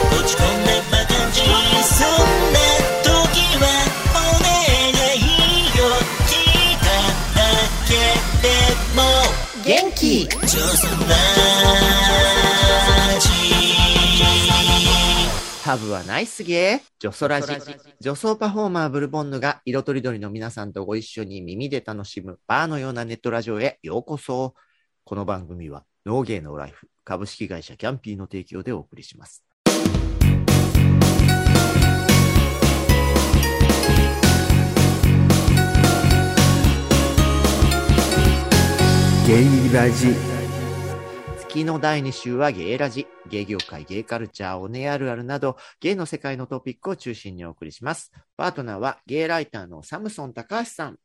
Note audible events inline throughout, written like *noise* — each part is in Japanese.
落ち込んだバカンジそんな時はお願いよ聞いただけでも元気ジョーさんラジハブはナイスゲージョソラジ。女装パフォーマーブルボンヌが色とりどりの皆さんとご一緒に耳で楽しむバーのようなネットラジオへようこそ。この番組はノーゲーのライフ株式会社キャンピーの提供でお送りします。ゲイラジ月の第2週はゲイラジ、ゲイ業界、ゲイカルチャー、オネあるあるなど、ゲイの世界のトピックを中心にお送りします。パートナーはゲイライターのサムソン高橋さん。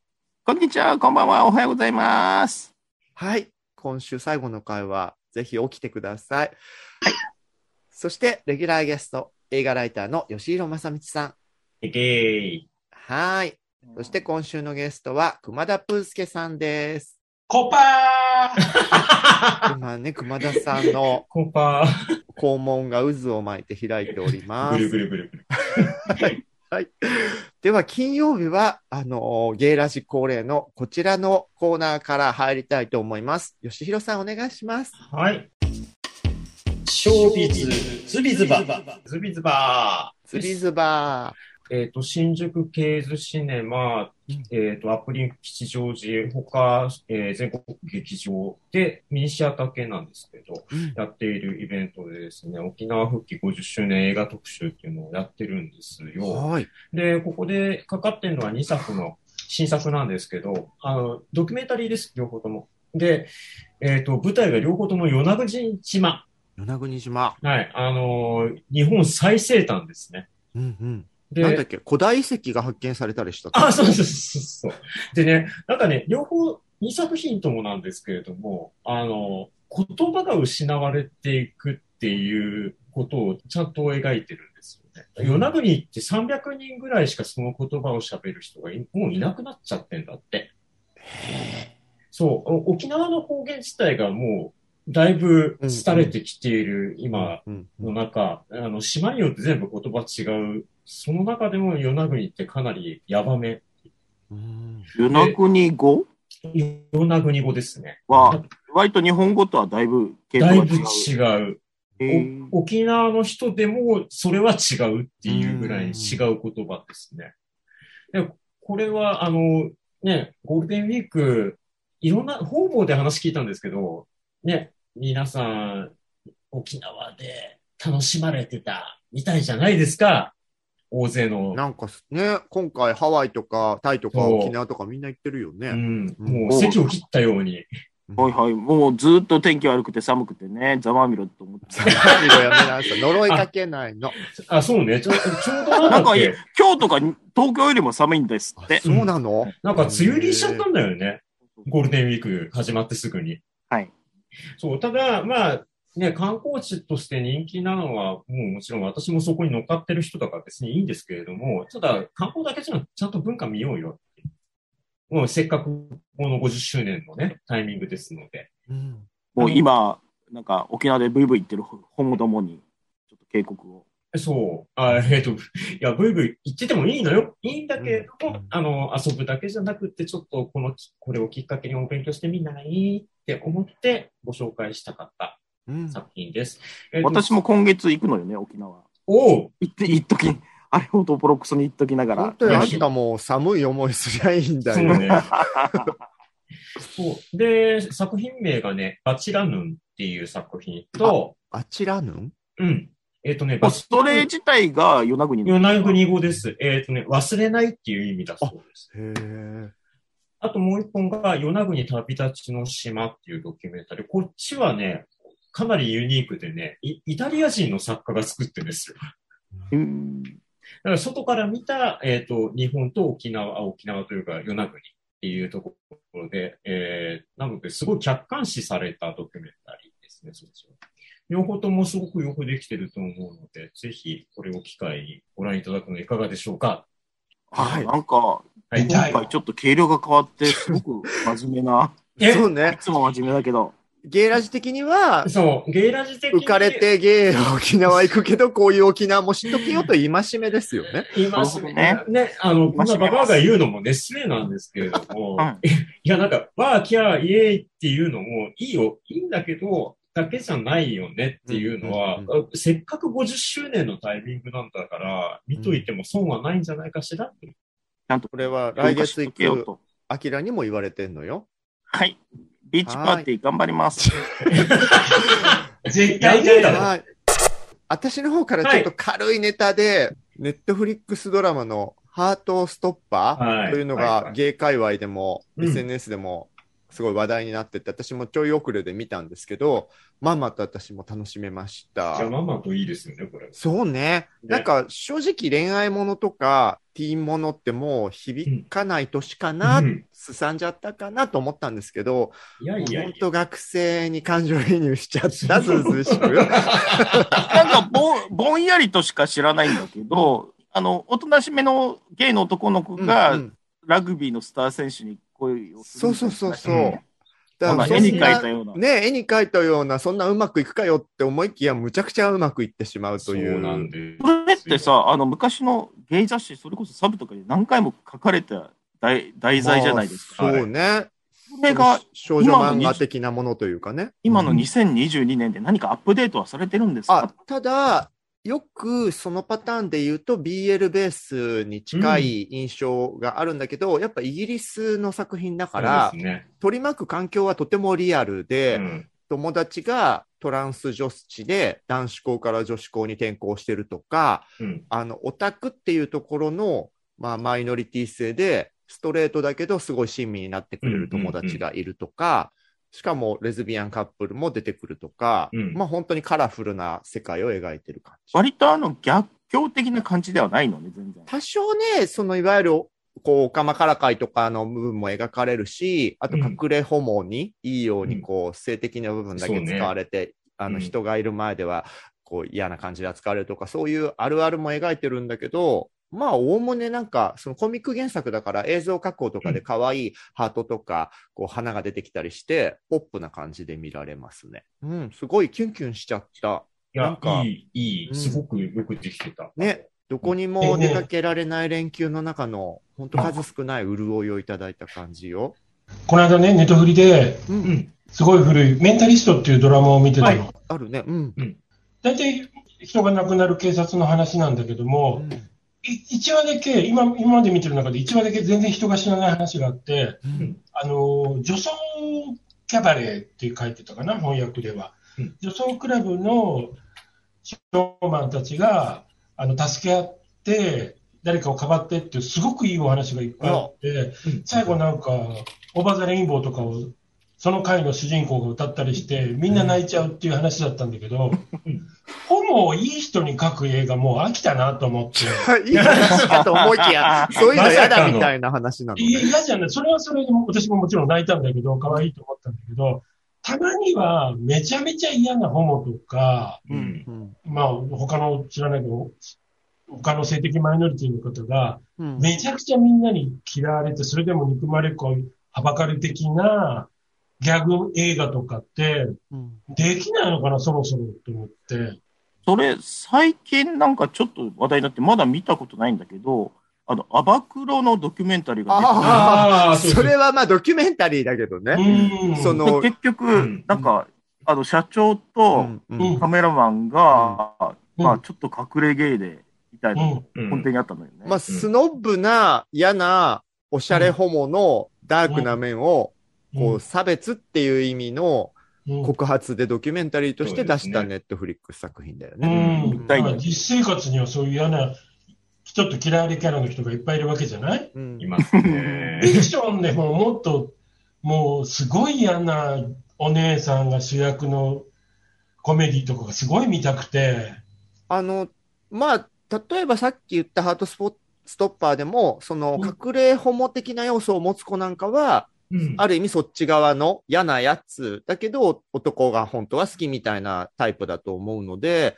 こんにちは、こんばんは、おはようございます。はい。今週最後の会話、ぜひ起きてください。はい。そして、レギュラーゲスト、映画ライターの吉弘正道さん。イゲイはい。そして、今週のゲストは、熊田プースケさん *laughs* です。コパー今ね、熊田さんのコパー。肛門が渦を巻いて開いておりまぐるす。ぐるぐるぐる。では、金曜日は、あのーゲイラジ恒例のこちらのコーナーから入りたいと思います。吉弘さん、お願いします。はい。ショービズ、ズビズバ。ズビズバ釣りズバー。えっ、と、新宿ケーズシネマ、えっ、と、アップリンク吉祥寺、他、えー全国劇場で、ミニシアター系なんですけど、うんやっているイベントでですね、沖縄復帰50周年映画特集っていうのをやってるんですー。よ。はい。で、ここでかかってるのは2作の新作なんですけど、あの、ドキュメンタリーです、両方とも。で、えっ、と、舞台が両方とも与那国島。与那国島。はい、あのー日本最西端ですね。うんうん。で、なんだっけ古代遺跡が発見されたりしたってあ、そうそうそうそう。でね、なんかね、両方、2作品ともなんですけれども、あの、言葉が失われていくっていうことをちゃんと描いてるんですよね。与那国って300人ぐらいしかその言葉を喋る人がいもういなくなっちゃってんだって。そう、お沖縄の方言自体がもう、だいぶ廃れてきている、今、うんうのん中、あの、島によって全部言葉違う。その中でも与那国ってかなりヤバめ。うん与那国語与那国語ですね。は、割と日本語とはだいぶ系だ統いが違ぶう。違う。えーお沖縄の人でもそれは違うっていうぐらい違う言葉ですね。でこれは、あの、ね、ゴールデンウィーク、いろんな方々で話聞いたんですけど、ね、皆さん、沖縄で楽しまれてたみたいじゃないですか。大勢のなんかすね、今回ハワイとかタイとかそう沖縄とかみんな行ってるようね。ん、うんもう席を切ったように。 *laughs* はいはい。もうずっと天気悪くて寒くてね、ざまみろと思ってた。何がやめなさい呪いかけないの。 *laughs* あ、そうね。ちょちょうどなんだなんっかけ今日とか東京よりも寒いんですっあて。そうなのなんか梅雨入りしちゃったんだよね。ゴールデンウィーク始まってすぐに。はい。そう、ただ、まあ、ね、観光地として人気なのは、もうもちろん私もそこに乗っかってる人だから別にいいんですけれども、ただ、観光だけじゃなくてちゃんと文化見ようよっていうもうせっかくこの50周年のね、タイミングですので。うんもう今、なんか沖縄でブイブイ言ってるホモどもに、ちょっと警告を。そう。あえっ、と、いや、ブイブイ言っててもいいのよ。いいんだけれどうも、んあの、遊ぶだけじゃなくて、ちょっとこのき、これをきっかけにお勉強してみないって思ってご紹介したかったうん作品です。えーと私も。今月行くのよね、沖縄。おう行って、行っとき、あれほどボロクソに行っときなが本ら。当にあんたもう寒い思いすりゃいいんだそうよ。 *laughs* ね。そう。で、作品名がね、バチラヌンっていう作品と、あちらぬんうん。えっ、とね、もバうチそれ自体が与那国の与那国語です。えっ、とね、忘れないっていう意味だそうです。へえ。あともう一本が、与那国旅立ちの島っていうドキュメンタリー。こっちはね、かなりユニークでね、イイタリア人の作家が作ってるんですよ。だうんから外から見た、えっ、と、日本と沖縄、あ沖縄というか、与那国っていうところで、えー、なので、すごい客観視されたドキュメンタリーですね、そっちは。両方ともすごくよくできてると思うので、ぜひこれを機会にご覧いただくのいかがでしょうか。はい。なんか、はい。今回ちょっと軽量が変わって、すごく真面目な。えそうねい。つも真面目だけど、ゲイラジ的には、そう、ゲイラジ的に浮かれ、てゲイの沖縄行くけど、こういう沖縄も知っときよと戒めですよね。言いますね。ね、あの、こんなババアが言うのもね、失礼なんですけれども、うんいや、なんか、わー、キャー、イエーイっていうのも、いいよ、いいんだけど、だけじゃないよねっていうのは、うんせっかく50周年のタイミングなんだから、見といても損はないんじゃないかしらってこれは来来月月行行けよく、と。アキラにも言われてんのよ。はい。ビーチパーティー頑張ります。絶対出やた。はい。私の方からちょっと軽いネタで、ネットフリックスドラマのハートストッパはーいというのはいがはいゲイ界隈でもうん SNS でもすごい話題になってて、私もちょい遅れで見たんですけど、まんまと私も楽しめましたじゃ。あ、ママといいですよね、これ。そうね。なんか正直恋愛ものとかティーンものってもう響かない年かな、うんすさんじゃったかなと思ったんですけど、いやいやい本や。当学生に感情移入しちゃ *laughs* った、ずうずうしく。なんかぼん、ぼんやりとしか知らないんだけど、あの、おとなしめのゲイの男の子うんうがんラグビーのスター選手に恋をするそうみたそいうなそうそう。うんだほかららそ絵んなに描いたような。ね絵に描いたような、そんなうまくいくかよって思いきや、むちゃくちゃうまくいってしまうという。そうなんで。それってさ、あの、昔のゲイ雑誌、それこそサブとかで何回も書かれた題題材じゃないですか。まあそうね。それが、少女漫画的なものというかね。今の2022年で何かアップデートはされてるんですあか、ただ、よくそのパターンで言うと BL ベースに近い印象があるんだけど、やっぱイギリスの作品だから、そうですね。取り巻く環境はとてもリアルで、うん友達がトランス女子で男子校から女子校に転校してるとか、うん。あの、オタクっていうところの、まあ、マイノリティ性で、ストレートだけど、すごい親身になってくれる友達がいるとか、しかもレズビアンカップルも出てくるとか、うんまあ本当にカラフルな世界を描いてる感じ。割とあの、逆境的な感じではないのね、全然。多少ね、そのいわゆる、こう、オカマカラカイとかの部分も描かれるし、あと隠れホモにいいよううに、んこう、性的な部分だそけうね使われて、あうの、ん人がいる前では、こう、嫌な感じで扱われるとか、そういうあるあるも描いてるんだけど、まあ、おおむねなんか、そのコミック原作だから映像加工とかで可愛いハートとか、こう、花が出てきたりして、ポップな感じで見られますね。うん、すごいキュンキュンしちゃった。いなんや、かいい、いうんい、すごくよくできてた。ね。どこにも出かけられない連休の中の、本当数少ない潤いをいただいた感じよ。この間ね、ネットフリで、う、うんん。すごい古い、メンタリストっていうドラマを見てたの。はあるね。うん。大体、人が亡くなる警察の話なんだけども、うん1話だけ今、今まで見てる中で1話だけ全然人が死なない話があって、うんあの女装キャバレーって書いてたかな、翻訳ではうん。女装クラブのショーマンたちがあの助け合って、誰かをかばってっていう、すごくいいお話がいっぱいあって、最後なんか、オーバーザレインボーとかを、その回の主人公が歌ったりして、みんな泣いちゃうっていう話だったんだけどうん、ホモをいい人に書く映画、もう飽きたなと思って。いい話かと思いき *laughs* や、そういうの嫌だみたいな話なのいやね。嫌じゃない。それはそれでも、私ももちろん泣いたんだけど、可愛いと思ったんだけど、たまにはめちゃめちゃ嫌なホモとか、うん。うんまあ、他の知らないけど、他の性的マイノリティの方が、うんめちゃくちゃみんなに嫌われて、それでも憎まれっ子、はばかる的なギャグ映画とかって、うんできないのかな、そろそろと思って。それ、最近なんかちょっと話題になって、まだ見たことないんだけど、あの、アバクロのドキュメンタリーが出てあああ、そそうれはまあドキュメンタリーだけどね。うん。そ *laughs* の、で結うん局、なんか、あの、社長うとんううんんカメラマンが、うんまあ、ちょっと隠れゲイで、みたいな、うんう根ん底にあったのよね。まあ、スノブな、嫌な、おしゃれホモのダークな面を、こう、差別っていう意味のうん、告発でドキュメンタリーとして出したそうですネットフリックス作品だようね。ん、だだかからら実生活にはそういう嫌な、ちょっと嫌われキャラの人がいっぱいいるわけじゃないうんいますねフ。ィクションでももっと、もうすごい嫌なお姉さんが主役のコメディとかがすごい見たくて、あの、まあ、例えばさっき言ったハートスポストッパーでも、そのうん隠れホモ的な要素を持つ子なんかは、 *laughs* うんある意味そっち側の嫌なやつだけど、男が本当は好きみたいなタイプだと思うので、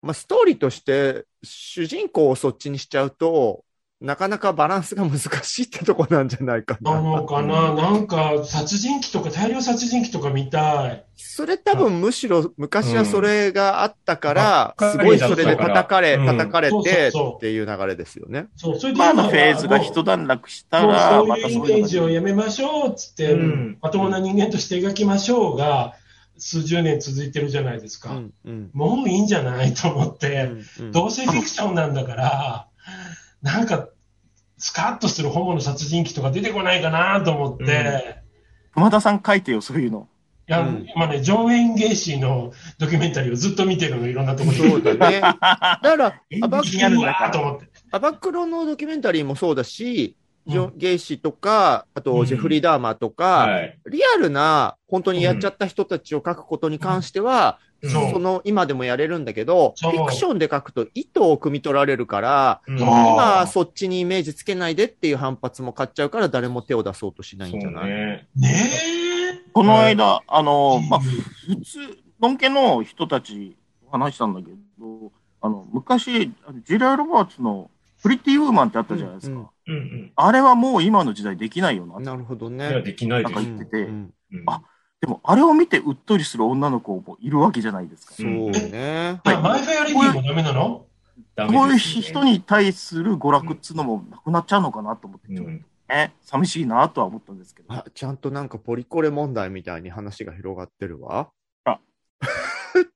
まあ、ストーリーとして主人公をそっちにしちゃうと、なかなかバランスが難しいってとこなんじゃないかな。なのかな、なんか殺人鬼とか、大量殺人鬼とか見たい。それ多分むしろ昔はそれがあったから、うんすごいそれで叩かれ、うん叩かれそうそてうそうっていう流れですよね。そう、それで今今のフェーズがもう一段落したもうら、そういうイメージをやめましょうっつって、うんまともな人間として描きましょうが、数十年続いてるじゃないですうか。んうんもういいんじゃないと思っうて、んうんどうせフィクションなんだから、なんか、スカッとするホモの殺人鬼とか出てこないかなと思って、うんい熊田さん書いてよ、そういうの。や、うん今ね、ジョン・エン・ゲイシーのドキュメンタリーをずっと見てるの、いろんなところで。そうだね。だから、アバ気になるなと思って。アバクロのドキュメンタリーもそうだし、ジョうんン・ゲイシーとか、あうとんジェフリー・ダーマーとか、はい。リアルな、本当にやっちゃった人たちを書くことに関しては、うんそうその、今でもやれるんだけど、フそうィクションで書くと意図を汲み取られるから、うんそう今あーそっちにイメージつけないでっていう反発も買っちゃうから、誰も手を出そうとしないそんうじゃない、ね。ねこの間、あの、え。まあ、普通、のんけの人たちと話したんだけど、あの、昔、ジライ・ロバーツのプリティ・ウーマンってあったじゃないですか。うんうんうんうん。あれはもう今の時代できないよなって。なるほどいや、ね。できないでなんすか。言ってて、うんうんあでも、あれを見てうっとりする女の子もいるわけじゃないですか。そうね。じゃあマイ・フェア・レディもダメなのダメですこういうね人に対する娯楽っつうのもなくなっちゃうのかなと思って、うちょっとんね、寂しいなとは思ったんですけど。あちゃんとなんかポリコレ問題みたいに話が広がってるわ。あ *laughs*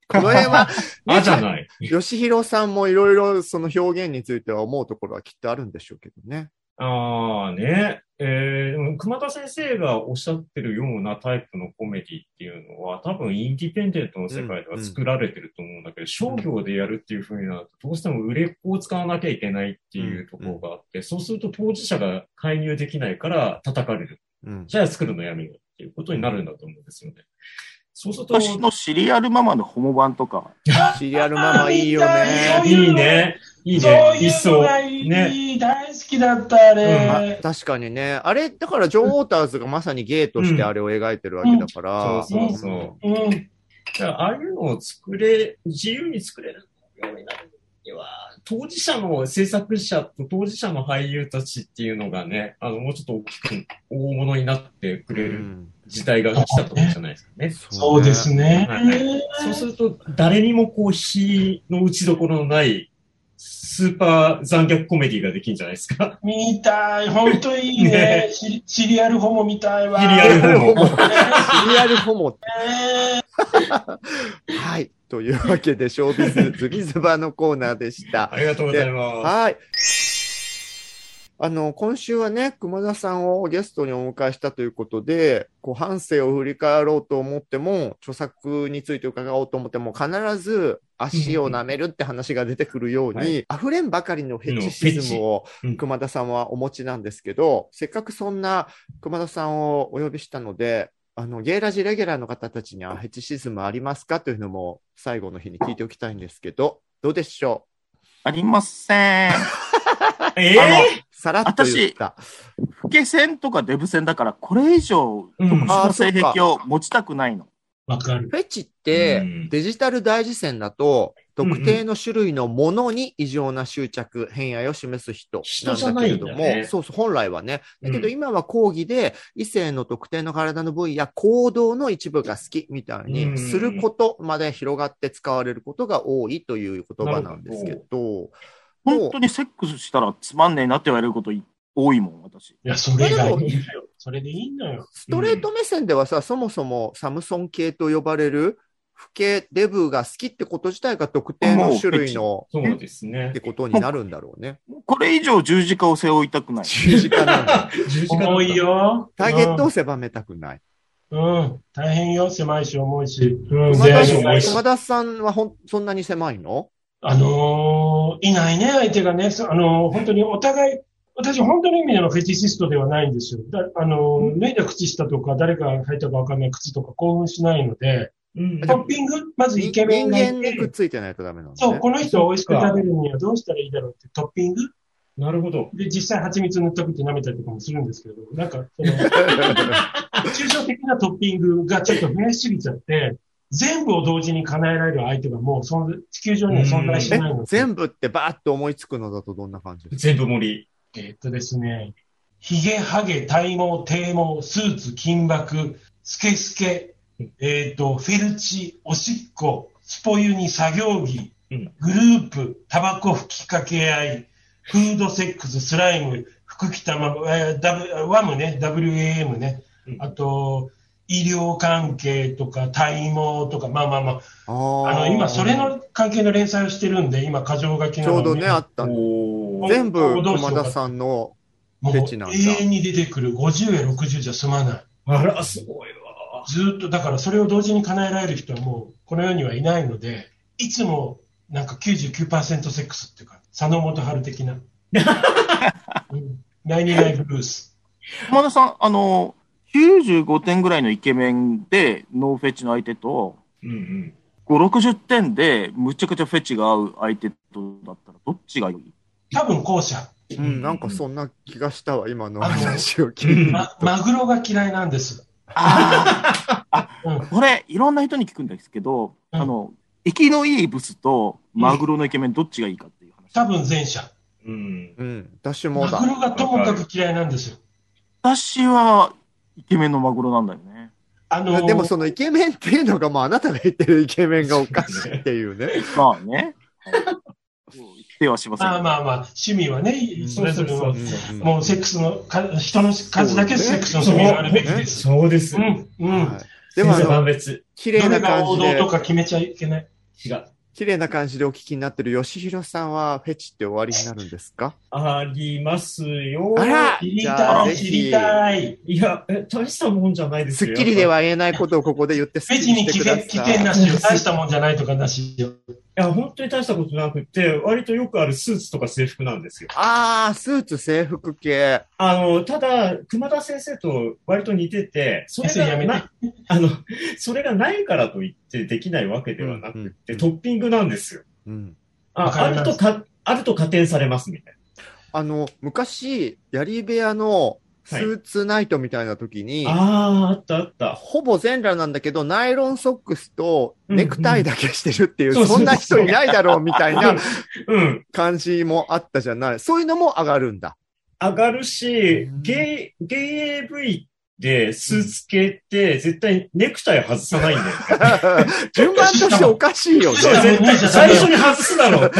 この辺は、あじゃない。吉弘さんもいろいろその表現については思うところはきっとあるんでしょうけどね。ああね。えーでも熊田先生がおっしゃってるようなタイプのコメディっていうのは、多分インディペンデントの世界では作られてると思うんだけど、商業でやるっていう風になると、どうしても売れっ子を使わなきゃいけないっていうところがあって、そうすると当事者が介入できないから叩かれる。うん。じゃあ作るのやめようっていうことになるんだと思うんですよね。そうすると、昔のシリアルママのホモ版とか、シリアルママいいよね。いいね。いいそうね。い理うの想。がいい、ね。大好きだった、ああれ。確かにね。あれ、だからジョン・ウォーターズがまさにゲイとしてあれを描いてるわけだから。そうそうそう。うん。じゃあ、ああいうのを作れ、自由に作れるようになるには、当事者の制作者と当事者の俳優たちっていうのがね、あの、もうちょっと大きく大物になってくれうるん時代が来たと思うんじゃないですかね。そうです。ね。そうすると、誰にもこう、非の打ちどころのない、スーパー残虐コメディができるんじゃないですか。見たい、本当いいねね。シシリアルホモ見たいわ。シリアシルリアルホモ。シねリアルホモ。えはい。というわけで、ショービズズビズバのコーナーでした。ありがとうございまはい。あの、今週はね、熊田さんをゲストにお迎えしたということで、こう、反省を振り返ろうと思っても、著作について伺おうと思っても、必ず足を舐めるって話が出て出てくるように、は溢れんばかりのフェチシズムをうん熊田さんはお持ちなんですけど、せっかくそんな熊田さんをお呼びしたので、あの、ゲイラジレギュラーの方たちにはフェチシズムありますかというのも最後の日に聞いておきたいんですけど、どうでしょうありません。す。えーあのさらっと言った。老け線とかデブ線だから、これ以上、うん特殊な性癖を持ちたくないの。わかる。フェチっうてんデジタル大事線だと、特定の種類のものに異常な執着、偏愛を示す人人じなゃんだけないれんどだねも、そうそう、本来はね。だけどうん今は講義で異性の特定の体の部位や行動の一部が好きみたいに、うんすることまで広がって使われることが多いという言葉なんですけど、本当にセックスしたらつまんねえなって言われること多いもん、私。いや、それがいいでんだよ。それでいいんだよ。ストレート目線ではさ、そもそもサムソン系と呼ばれる、不系デブが好きってこと自体が特定の種類のそうですねって。ことになるんだろうね。これ以上十字架を背負いたく *laughs* ない。十字架なんだ。十字架だった重いよ。ターゲットを狭めたくない。うん。うん。大変よ。狭いし、重いし。う熊ん。田全員重さんいし。熊田さんはほんそんなに狭いのあのーいないね、相手がね。そうあのー本当にお互い、私、本当の意味でのフェチシストではないんですよ。だあのー脱いだ靴下とか、誰が履いたかわかんない靴とか興奮しないので、うんトッピング、まずイ人ケメンがい間にてくっ、ついてないとダメなのそう、ね。この人を美味しく食べるにはどうしたらいいだろうって、トッピングなるほど。で、実際蜂蜜塗ったって舐めたりとかもするんですけど、なんか、その、抽象的なトッピングがちょっと増えすぎちゃって、全部を同時に叶えられる相手がもう存在、地球上には存在し *laughs* えないので。全部ってバーッと思いつくのだとどんな感じ全部盛り。えーっとですね、ヒゲ、ハゲ、体毛、低毛、スーツ、金箔、スケスケ、えーっと、フェルチ、おしっこ、スポ湯に作業着、うんグループ、タバコ吹きかけ合い、フードセックス、スライム、服着たまま、えー W- ワムね、WAM ね、うんあと、医療関係とか、体毛とか、まあまあまあ、ああーの今、それの関係の連載をしてるんで、今、過剰書きちなょうのどね、あったね。おー全部、駒田さんの、もうフェチなんだ永遠に出てくる50や60じゃ済まない。あら、すごいわ。ずーっと、だからそれを同時に叶えられる人はもうこの世にはいないので、いつもなんか99%セックスっていうか、佐野元春的 *laughs* な。うん、ナイニナイブルース。駒田さん、あの、95点ぐらいのイケメンで、ノーフェチの相手と、うんうん。 5、60点で、むちゃくちゃフェチが合う相手とだったら、どっちがいい多分後者。うん、なんかそんな気がしたわ、今のあの話を聞いて。ま、マグロが嫌いなんです。あうんあ、これ、いろんな人に聞くんですけど、うんあの、生きのいいブスと、マグロのイケメン、どっちがいいかっていう話。多分前者。うん。うん、私もマだグ。ロがともかく嫌いなんですよ。私は、イケメンのマグロなんだよね。あのーでもそのイケメンっていうのが、もうあなたが言ってるイケメンがおかしいっていうね。まあね。そう言ってはしませんけまど。あまあまあ、趣味はね、それぞれのそうそうそううんもうセックスのか、人の数だけセックスの趣味があるべきです。そうです。うん、うんは。いでもあ千差万の、別。綺麗どなれが感王じ道でと、か決めちゃいけない。違う。綺麗な感じでお聞きになってる吉弘さんは、フェチって終わりになるんですかありますよ。あら知りじゃあたぜい、ひ知りたい。いや、え、大したもんじゃないですスよ。ッキリでは言えないことをここで言って、スッ別キリにして危くだ険、危険さい。なしよ。大したもんじゃないとかなしよ。いや、本当に大したことなくて、割とよくあるスーツとか制服なんですよ。あー、スーツ制服系。あの、ただ、熊田先生と割と似てて、それ先生やがめてな、。あの、それがないからといってできないわけではなくて、トッピングなんですよ。うんあわかありるますとか、あると加点されますみたいあの、昔、槍部屋のスーツナイトみたいな時に、な。ああ、あったあった。ほぼ全裸なんだけど、ナイロンソックスとネクタイだけしてるっていう、うんうんそんな人いないだろうみたいなうん。感じもあったじゃない。そういうのも上がるんだ。上がるしうん、ゲイ、ゲイ AV でスーツ系って絶対ネクタイ外さないんだよ。順番としておかしいよね。そう下も絶対脱いじゃダ最メよ初に外すだろうって。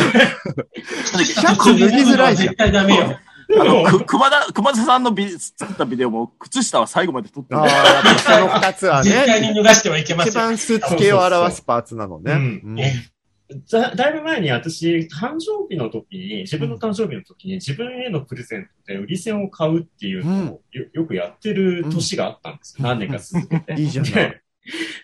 シャツ脱ぎづらいじゃん絶。対ダメよ。あの、く熊田、熊田さんのビ作ったビデオも、靴下は最後まで撮ってあるあ、やっぱその二つは絶対ね、に脱がしてはいけませ一ん。番スーツ系を表すパーツなのね。そううそうそんだだいぶ前に私、誕生日の時に、自分の誕生日の時に自分へのプレゼントで売り線を買うっていうのをよ,、よくやってる年があったんですよ。何年か続けて。いいじゃない。 *laughs* で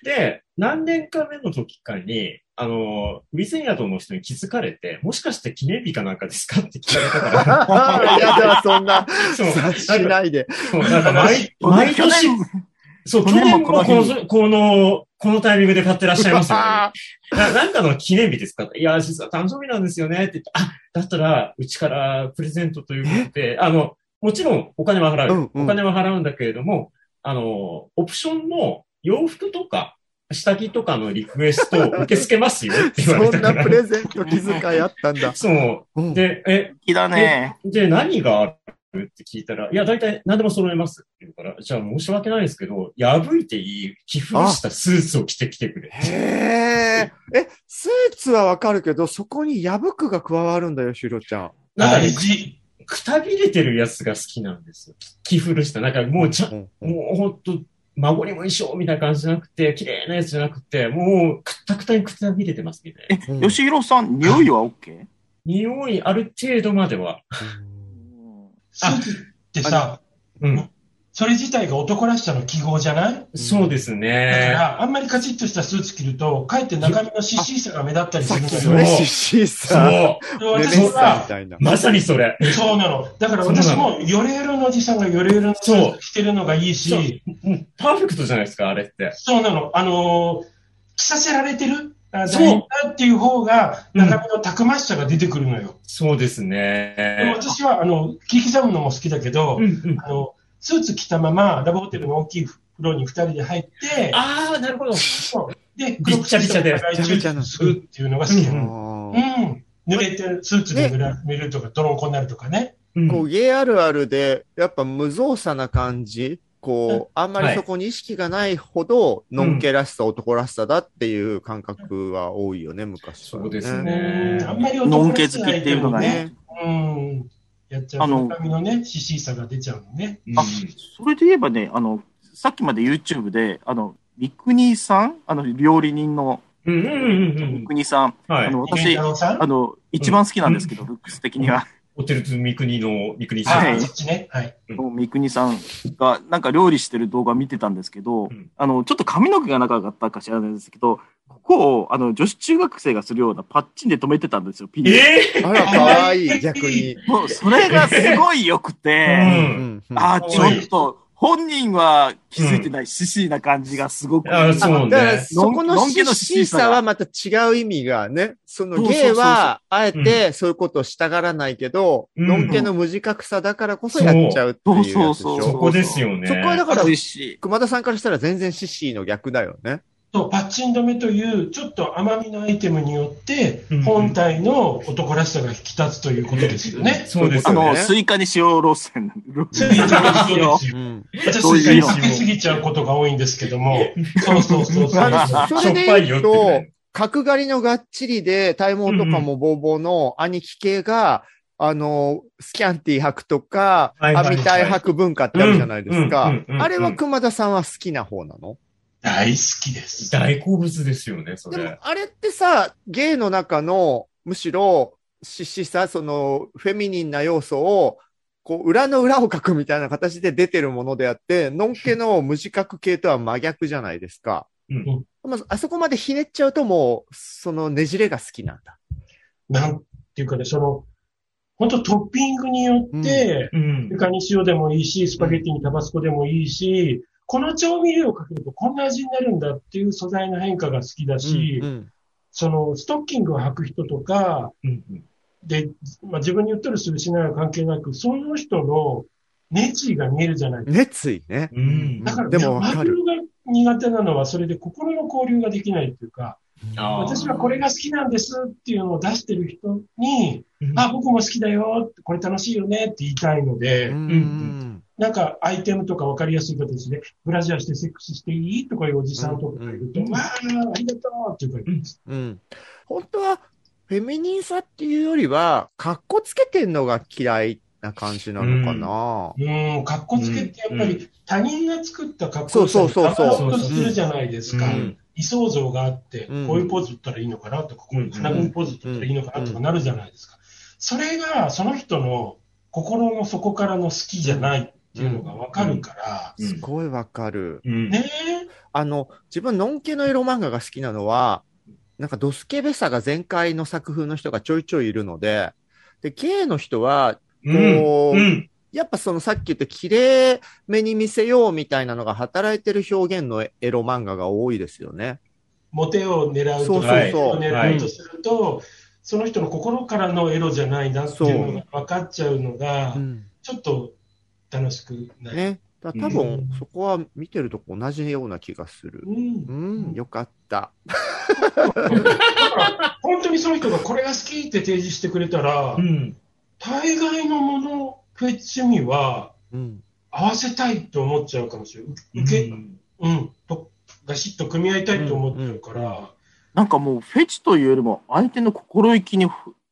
で、何年か目の時かに、あの、売り線宿の人に気づかれて、もしかして記念日かなんかですかって聞かれた *laughs* から、いやだ、そんな、そう、察しなんかないで。そうなんか毎毎去年、年そう、去去年年ももこのこ日にの、この、このタイミングで買ってらっしゃいますよね。あななんかの記念日ですかいや、実は誕生日なんですよねって言って、あ、だったら、うちからプレゼントということで、あの、もちろんお金は払う。うんうんお金は払うんだけれども、あの、オプションの洋服とか、下着とかのリクエストを受け付けますよって言われそたんかなら。プレゼント気遣いあったんだ。そうう。んで、え、気だね。で、何があるって聞いたら、いや、大体何でも揃えますって言うから、じゃあ申し訳ないですけど、破いていい寄付したスーツを着てきてくれ。へえ。え、スーツはわかるけど、そこに破くが加わるんだよ、シュロちゃん。なんかね大事。くたびれてるやつが好きなんですよ。き着古した。なんかもうちゃ、うんうんもうほんと、孫にも衣装みたいな感じじゃなくて、綺麗なやつじゃなくて、もうくったくたにくたびれてますみたいな。うん吉弘さん、匂いは OK? 匂いある程度までは。スーツってさ、うん。それ自体が男らしさの記号じゃないそうですだかね。ら、あんまりカチッとしたスーツ着ると、かえって中身のシシさが目立ったりさっするのきそうのよね、シッシーそさん、う。でレベッ私サはみ、たいな。まさにそれ。そうなの。だから私も、ヨレールのおじさんがヨレールのスーツ着てるのがいいそうし、もうパーフェクトじゃないですか、あれって。そうなの。あのー着させられてるあそう大事だっていう方が、中身のたくましさが出てくるのよ。そうですでもね。私は、あの、切り刻むのも好きだけど、うんうん。あの、スーツ着たまま、ラブホテルの大きい風呂に二人で入って、ああ、なるほど。で、びっちゃびちゃで黒くしてお互いチューするっていうのが好きなうんの。うん。濡れてる、スーツで濡れるとか、泥んこになるとかね。うんこう、ゲイあるあるで、やっぱ無造作な感じ、こう、あんまはりいそこに意識がないほど、のんけらしさ、男らしさだっていう感覚は多いよね、昔から、そうですねうんあんまりのんけ好きっていうのがね。うん。やっちゃうあの中身のね、ししいさが出ちゃうのね。うんあそれで言えばね、あの、さっきまで YouTube で、あの、三国さんあの、料理人のうんうんうんうん三国さん。はあい。の、健私、太郎さんあの、一番好きなんですけど、ルックス的には。ホテルズ三国の三国さはん。あいそっちね。はい。もう三国さんがなんか料理してる動画見てたんですけど、んあのちょっと髪の毛が長かったか知らないですけどここをあの女子中学生がするようなパッチンで止めてたんですよピンでええあら、かわいい、逆に。もうそれがすごい良くうて、んんうんあーちょっと本人は気づいてないシシーな感じがすごく、あそうだから、ね。そこののんけのシーさはまた違う意味がね、そのそうそうそうゲそうイは、あえてそういうことをしたがらないけど、うんのんけの無自覚さだからこそやっちゃうっていうやつでしょ。そうそうそこですよね。そこはだから美、味しい熊田さんからしたら全然シシーの逆だよね。そう、パッチン止めという、ちょっと甘みのアイテムによってうん、本体の男らしさが引き立つということですよね。そうですあよの、ね。スイカに塩ロースンついそうですうよ。ん。私、そうスいイうのカに過ぎちゃうことが多いんですけども。そうそうそうそう。あ *laughs* の、それで言うしょっぱいよってとね、角刈りのがっちりで、体毛とかもボーボーの兄貴系が、あの、スキャンティ履くとか、はいはいはい網体履く文化ってあるじゃないですうんうかん。うんうんあれは熊田さんは好きな方なの大好きです。大好物ですよね、そでもれ。あれってさ、ゲイの中の、むしろ、ししさ、その、フェミニンな要素を、こう、裏の裏を書くみたいな形で出てるものであって、のんけの無自覚系とは真逆じゃないですか。うんまあ、あそこまでひねっちゃうともう、そのねじれが好きなんだ。なんていうかね、その、本当トッピングによって、うん床に塩でもいいし、スパゲッティにタバスコでもいいし、この調味料をかけるとこんな味になるんだっていう素材の変化が好きだし、うんそのストッキングを履く人とか、うんうんで、まあ、自分にうっとりするしないは関係なく、その人の熱意が見えるじゃない。熱意ね。うんだから、でもわかるマグロが苦手なのは、それで心の交流ができないっていうか、あー私はこれが好きなんですっていうのを出してる人に、うんあ、僕も好きだよ、これ楽しいよねって言いたいので、うんなんかアイテムとか分かりやすい形で、ブラジャーしてセックスしていいとかいうおじさんとかがいると、うんわあ、ありがとうっていう感じです。うん本当は、フェミニンさっていうよりは、格好つけてんのが嫌いな感じなのかな。うん、格好つけってやっぱうり他人が作った格そ好うそうそうそうをするじゃないですかう。ん理想像があって、うんこういうポーズ取ったらいいのかなとか、こういう花組ポーズ取ったらいいのかなとかなるじゃないですか。それが、その人の心の底からの好きじゃないっていうのが分かるから、うんすごいわかる。うんねあの、自分、のんけの色漫画が好きなのは、なんかドスケベさが全開の作風の人がちょいちょいいるので、で、ゲイの人は、うんこううんやっぱそのさっき言った綺麗めに見せようみたいなのが働いてる表現のエエロ漫画が多いですよね。モテを狙うそとうか、そうそモう。テを狙うとすると、その人の心からのエロじゃないなっていうのが分かっちゃうのが、うんちょっと楽しくない。ね。だから多分そこは見てるとこ同じような気がするう。んう、ん、よかった。本当にその人がこれが好きって提示してくれたら、うん大概のもの、フェチ趣味はうん。合わせたいと思っちゃうかもしれない。受け、うん、とガシッと組み合いたいと思っちゃうから、なんかもうフェチというよりも相手の心意気に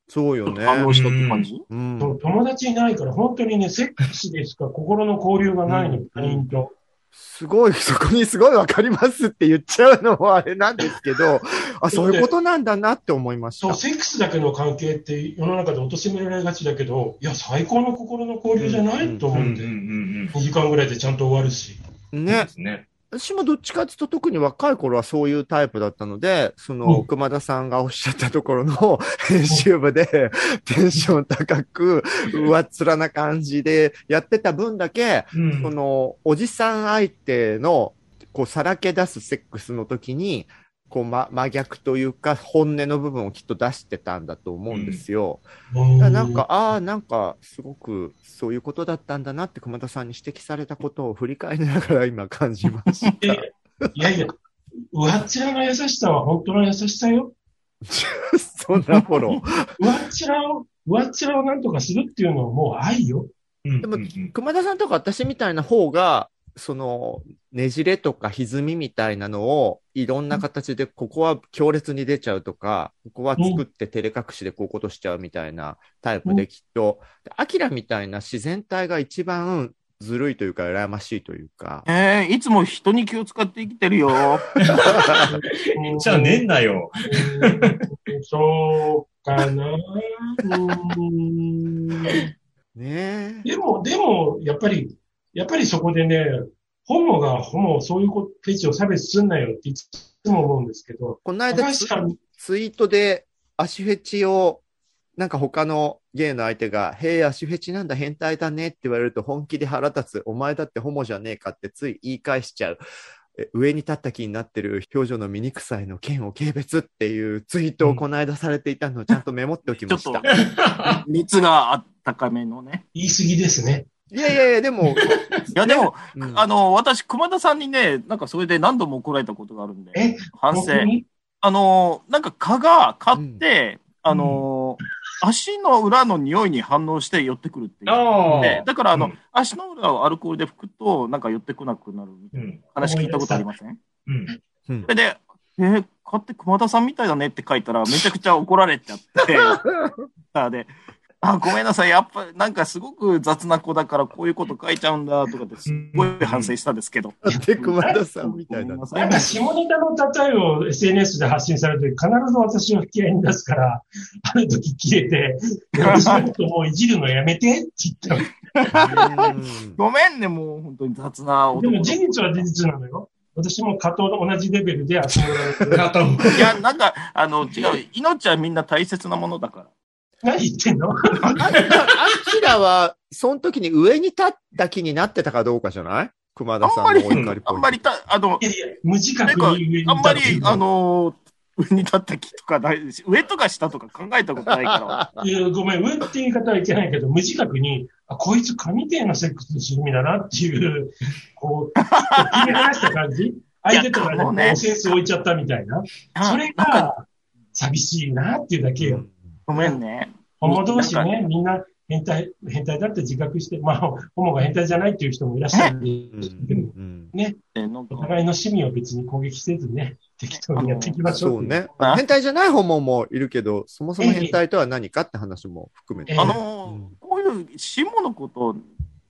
そうよね。反応したって感じ、うん。その友達いないから、本当にね、セックスでしか心の交流がないの、他人と。すごい、 *laughs* そこにすごいわかりますって言っちゃうのはあれなんですけど、あ、そういうことなんだなって思いましそう、た。セックスだけの関係って世の中で貶められがちだけど、いや、最高の心の交流じゃない、うとんうん思っうて、ん2時間ぐらいでちゃんと終わるし。うんねそうで。すね私もどっちかっていうと特に若い頃はそういうタイプだったので、その、うん熊田さんがおっしゃったところの *laughs* 編集部でテンション高く、上っ面な感じでやってた分だけ、うんその、おじさん相手の、こう、さらけ出すセックスの時に、こう、ま、真逆というか、本音の部分をきっと出してたんだと思うんですよ。だからなんか、ああ、なんか、すごく、そういうことだったんだなって熊田さんに指摘されたことを振り返りながら今感じました。いやいやいやいや、上っ面の優しさは本当の優しさよ。そんなフォロー。上っ面を上っ面をなんとかするっていうのはもう愛よ。うんでもうんうん熊田さんとか私みたいな方が、その、ねじれとか歪みみたいなのを、いろんな形で、ここは強烈に出ちゃうとか、ここは作って照れ隠しでこういうことしちゃうみたいなタイプできっと、でアキラみたいな自然体が一番ずるいというか、羨ましいというか、えー、いつも人に気を使って生きてるよ。じゃあねんなよ。うんそうかな。うんねえ。でも、でも、やっぱり、やっぱりそこでね、ホモがホモ、そういうことフェチを差別すんなよっていつも思うんですけど、この間高ツ橋さんツイートで足フェチを、なんか他のゲイの相手が、へえ、足フェチなんだ、変態だねって言われると本気で腹立つ。お前だってホモじゃねえかってつい言い返しちゃう。え上に立った気になってる表情の醜さへの剣を軽蔑っていうツイートをこの間されていたのをちゃんとメモっておきまし *laughs* た。ちょっと熱があったかめの *laughs* ね。言い過ぎですね。いやいやいや、でも、いや、でも、うんあの、私、熊田さんにね、なんかそれで何度も怒られたことがあるんで、え反省本。当にあの、なんか蚊が買って、あの、足の裏の匂いに反応して寄ってくるっていう。あでだから、あの、うん足の裏をアルコールで拭くと、なんか寄ってこなくなるみたいうん。な話聞いたことありませんうん。うん *laughs* それで、えー、買って熊田さんみたいだねって書いたら、めちゃくちゃ怒られちゃ *laughs* って、あで、あ、ごめんなさい、やっぱ、なんかすごく雑な子だから、こういうこと書いちゃうんだ、とかって、すっごい反省したんですけど。で、熊田さんみたいごなめん。なさなんか下ネタの例えを SNS で発信されるとき、必ず私を引き合いに出すから、ある時切れて、私のこともういじるのやめてって言っう *laughs* んごめんね、もう本当に雑なたの。で男。も事実は事実なのよ。私も加藤と同じレベルで足の裏の片方いや、なんか、あの、違う、命はみんな大切なものだから。何言ってんのアキラは、その時に上に立った気になってたかどうかじゃない熊田さんのお怒りあポインんトまりた、あのい、やいや、無自覚に上にあんまり立って、るあの、上に立った気とかないし、上とか下とか考えたことないから。いやごめん、上って言い方はいけないけど、無自覚に、あ、こいつ神手のセックスする意味だなっていう、こう、切り離した感じ相手とかいやかもねにセンス置いちゃったみたいな。 *laughs* それなんか、が、寂しいなっていうだけうよん。ごめんね。ホモ同士なんかね、みんな変態、変態だって自覚して、まあ、ホモが変態じゃないっていう人もいらっしゃるんで、うんうんえなんかお互いの趣味を別に攻撃せずね、適当にやっていきましょう。そうねあ。変態じゃないホモもいるけど、そもそも変態とは何かって話も含めて。ええああののうんこういう下のことを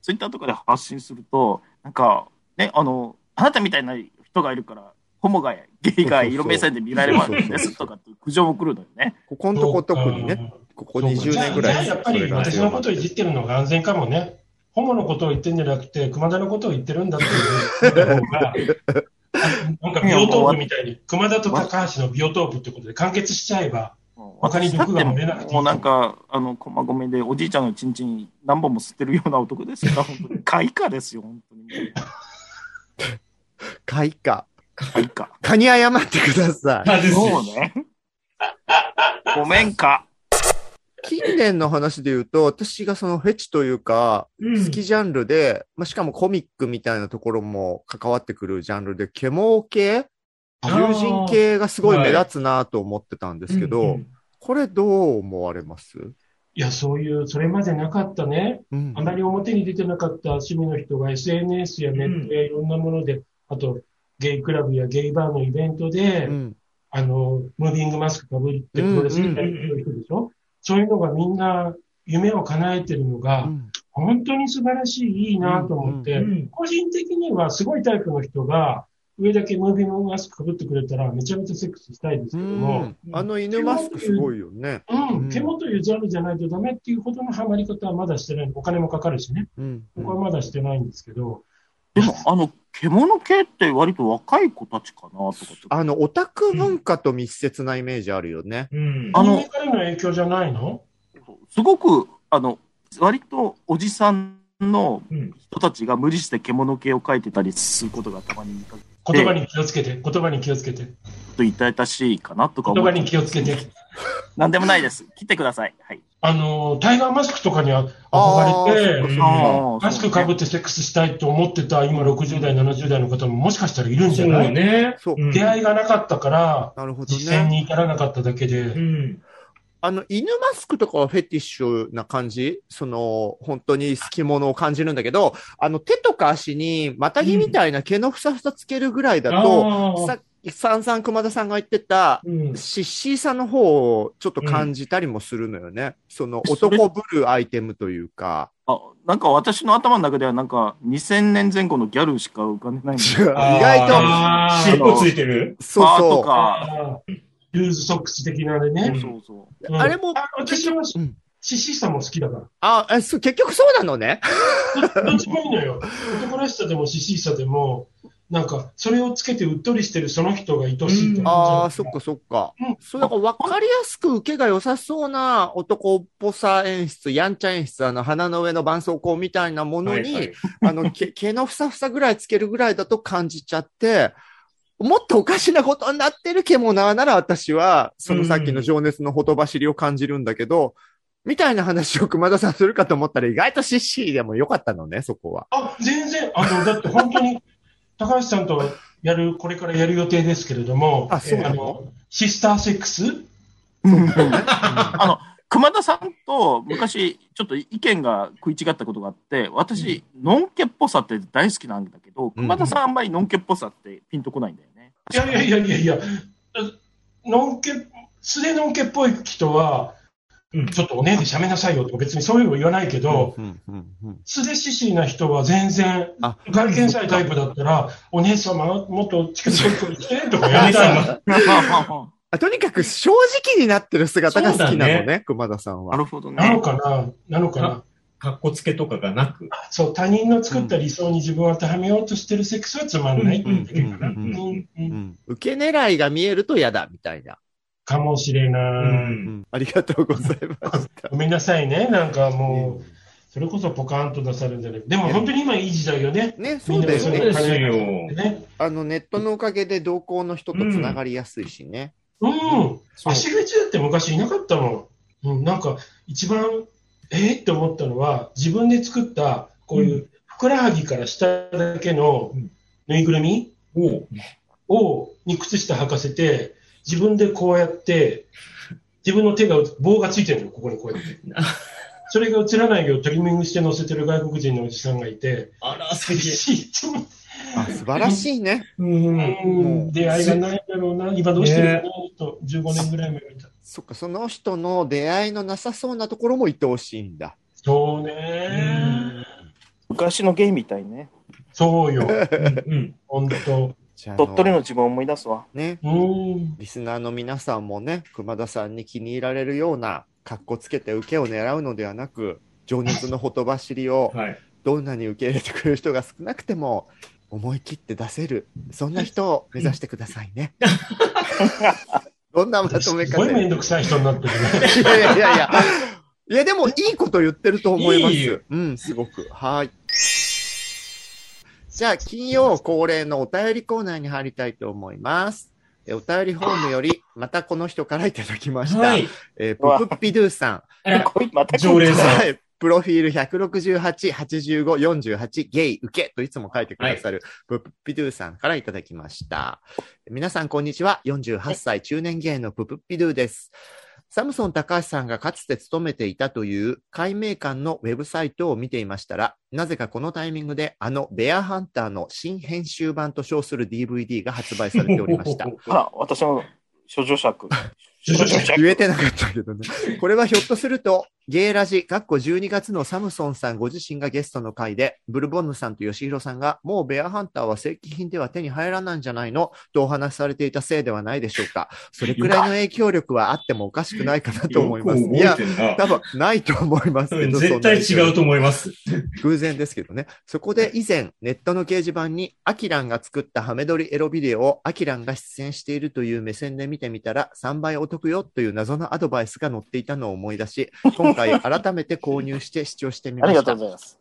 ツイッターとかで発信すると、なんか、ね、あの、あなたみたいな人がいるから、ホモがゲイが色目線で見られますんですとかって苦情も来るのよね。ここんとそこうか特にね、ここ20じゃ年あぐらい。じゃあやっぱり私のことをいじってるのが安全かもね。ホモのことを言ってんじゃなくて、熊田のことを言ってるんだっていう方が、 *laughs* なんかビオトープみたいに、熊田と高橋のビオトープってことで完結しちゃえば、他に私だって毒が漏れなくていいもうなんか、あの、駒込でおじいちゃんのちんちん何本も吸ってるような男 *laughs* ですから、本当に。開花ですよ、本当に。カイカ。開花。蚊に謝ってください。あですそうよ。ね。ごめんか。近年の話で言うと、私がそのフェチというか、うん好きジャンルで、まあ、しかもコミックみたいなところも関わってくるジャンルで、獣系あ友ー人系がすごい目立つなと思ってたんですけうんうどん、これどう思われますいや、そういう、それまでなかったね、うんあまり表に出てなかった趣味の人が SNS やネットやいろんなもので、あとゲイクラブやゲイバーのイベントで、うんあの、ムービングマスクかぶってプロレスみたいな人でしょ、そういうのがみんな夢を叶えてるのが、うん本当に素晴らしい、いいなと思って、うん個人的にはすごいタイプの人が、上だけムービングマスクかぶってくれたらめちゃめちゃセックスしたいですけうども、んあの犬マスクすごいよね。ううんん、獣というジャンルじゃないとダメっていうほどのハマり方はまだしてない。お金もかかるしね。うん僕はまだしてないんですけど、でも、あの、獣系って割と若い子たちかな、とかって。あの、オタク文化と密接なイメージあるよね。うんあアのニメからの影響じゃないのすごく、あの、割とおじさんのうん人たちが無理して獣系を描いてたりすることがたまに見かける言葉に気をつけて、言葉に気をつけて、と痛々しいかなとか思言う葉。に気をつけて。なんでもないです。来てください。はい。あの、タイガーマスクとかにはあー憧れて、ああーマスクかぶってセックスしたいと思ってた今60代、70代の方ももしかしたらいるんじそゃうない、ね。そううん出会いがなかったから、なるほど実践ね。に至らなかっただけで、うん。あの、犬マスクとかはフェティッシュな感じその、本当に好きものを感じるんだけど、あの、手とか足に、またぎみたいな毛のふさふさつけるぐらいだと、ああさ、さんさん熊田さんが言ってた、うん、シッシーさの方をちょっと感じたりもするのよね。その、男ぶるアイテムとい *laughs* うか。あなんか私の頭の中ではなんか2000年前後のギャルしか浮かんでないんだ意けど外と、あー尻尾ついてるそうパーとそか、あールーズソックス的なでそねう。んそうそうう。あれも、私はうんシシさんも好きだかあ、えそう結局そうなのね。ら。どっちもいいのよ。男らしさでもシシさでも、なんか、それをつけてうっとりしてるその人が愛しいってうんああ、そっかそっかうん。そう、だから分かりやすく受けが良さそうな男っぽさ演出、やんちゃ演出、あの、鼻の上の絆創膏みたいなものはいはにい、あの、け *laughs* 毛のふさふさぐらいつけるぐらいだと感じちゃって、もっとおかしなことになってるけもななら私は、そのさっきの情熱のほとばしりを感じるんだけど、みたいな話を熊田さんするかと思ったら意外とシッシーでも良かったのね、そこは。あ、全然、あの、だって本当に、 *laughs* 高橋さんとやる、これからやる予定ですけれども、あそうなのの、シスターセックスあの、熊田さんと昔、ちょっと意見が食い違ったことがあって、私、のんけっぽさって大好きなんだけど、熊田さんあんまりのんけっぽさってピンとこないんだよね。いやいやいやいやいや、のんけ、素でのんけっぽい人は、うんちょっとお姉で喋めなさいよとか、別にそういうの言わないけど、うんうんうん素でシシな人は全然あ、外見さえタイプだったら、お姉様、もっとチクチクしてとかおや姉りたいの。様まあまあまあとにかく正直になってる姿が好きなそのうだね、熊田さんあなは。るほどなのね。かななのかなかっこつけとかがなく。そう、他人の作った理想に自分を当てはめようとしてるセックスはつまんないっていうだけかな。うううんんんううんん、受け狙いが見えると嫌だ、みたいな、かもしれう。ない。うんん。ありがとうございました。ごめんなさいね、なんかもう、それこそポカーンと出されるんじゃないでも本当に今いい時代よね。ね、みそんうなだがよそうねで。すよ。ね。あの、ネットのおかげで同行の人とつながりやすいしね。うん。そう足口だって昔いなかったもん。うん、なんか一番、えー、って思ったのは、自分で作った、こういうふくらはぎから下だけのうんぬいぐるみおうを、に靴下履かせて、自分でこうやって、自分の手が、棒がついてるのよ、ここにこうやってあ。それが映らないようトリミングして乗せてる外国人のおじさんがいて、あら、す寂げえ。しいと思ってあ素晴らしいね。うん。うん出会いがないだろうな、今どうしてるかなと、15年ぐらい前見た。そっか、その人の出会いのなさそうなところも愛おしいんだ。そうね。昔のゲイみたいね。そうよ、うん。本当。じゃああの鳥取の自分を思い出すわ。ね、うん。リスナーの皆さんもね、熊田さんに気に入られるような格好つけて受けを狙うのではなく、情熱のほとばしりをはい。どんなに受け入れてくれる人が少なくても思い切って出せるそんな人を目指してくださいね。 *laughs* どんなまとめす方ごいめいんどくさい人になってるね。やいやいやいや。いやでもいいこと言ってると思います。いいようん、すごく。はい。じゃあ金曜恒例のお便りコーナーに入りたいと思います。えお便りフォームより、またこの人からいただきました。はい。えーポプッピドゥさん。あら、こいまた常連さん。はい。プロフィール168、85、48、ゲイ、受けといつも書いてくださる、ププッピドゥさんからいただきました。皆さん、こんにちは。48歳中年ゲイのププッピドゥです。サムソン高橋さんがかつて勤めていたという解明館のウェブサイトを見ていましたら、なぜかこのタイミングであのベアハンターの新編集版と称する DVD が発売されておりました。ほら、私の諸女尺。諸女 *laughs* 尺。言えてなかったけどね。これはひょっとすると、ゲイラジ、かっこ12月のサムソンさんご自身がゲストの回で、ブルボンヌさんと吉弘さんが、もうベアハンターは正規品では手に入らないんじゃないのとお話しされていたせいではないでしょうか。それくらいの影響力はあってもおかしくないかなと思います。よいくや覚、えてんな多分ないと思いますけど。絶対そんな影響違うと思います。偶然ですけどね。そこで以前、ネットの掲示板に、アキランが作ったハメ撮りエロビデオをアキランが出演しているという目線で見てみたら、3倍お得よという謎のアドバイスが載っていたのを思い出し、今回改めて購入して視聴してみあまりがしとうたご。ざいます。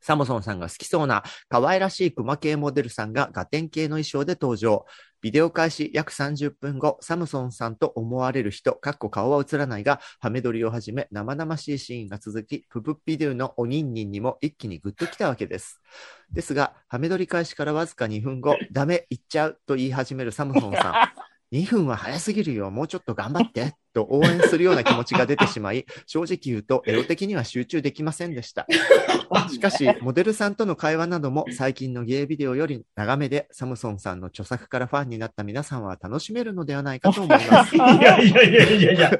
サムソンさんが好きそうな可愛らしい熊系モデルさんがガテン系の衣装で登場。ビデオ開始約30分後、サムソンさんと思われる人、かっこ顔は映らないが、ハメ撮りをはじめ生々しいシーンが続き、ププッピデュのおにんにんにも一気にグッときたわけです。ですが、ハメ撮り開始からわずか2分後、ダメ、行っちゃうと言い始めるサムソンさん。2分は早すぎるよ、もうちょっと頑張ってと応援するような気持ちが出てしまい、正直言うとエロ的には集中できませんでした。し *laughs* かし、モデルさんとの会話なども最近のゲイビデオより長めで、サムソンさんの著作からファンになった皆さんは楽しめるのではないかと思います。いやいやいやいやいや。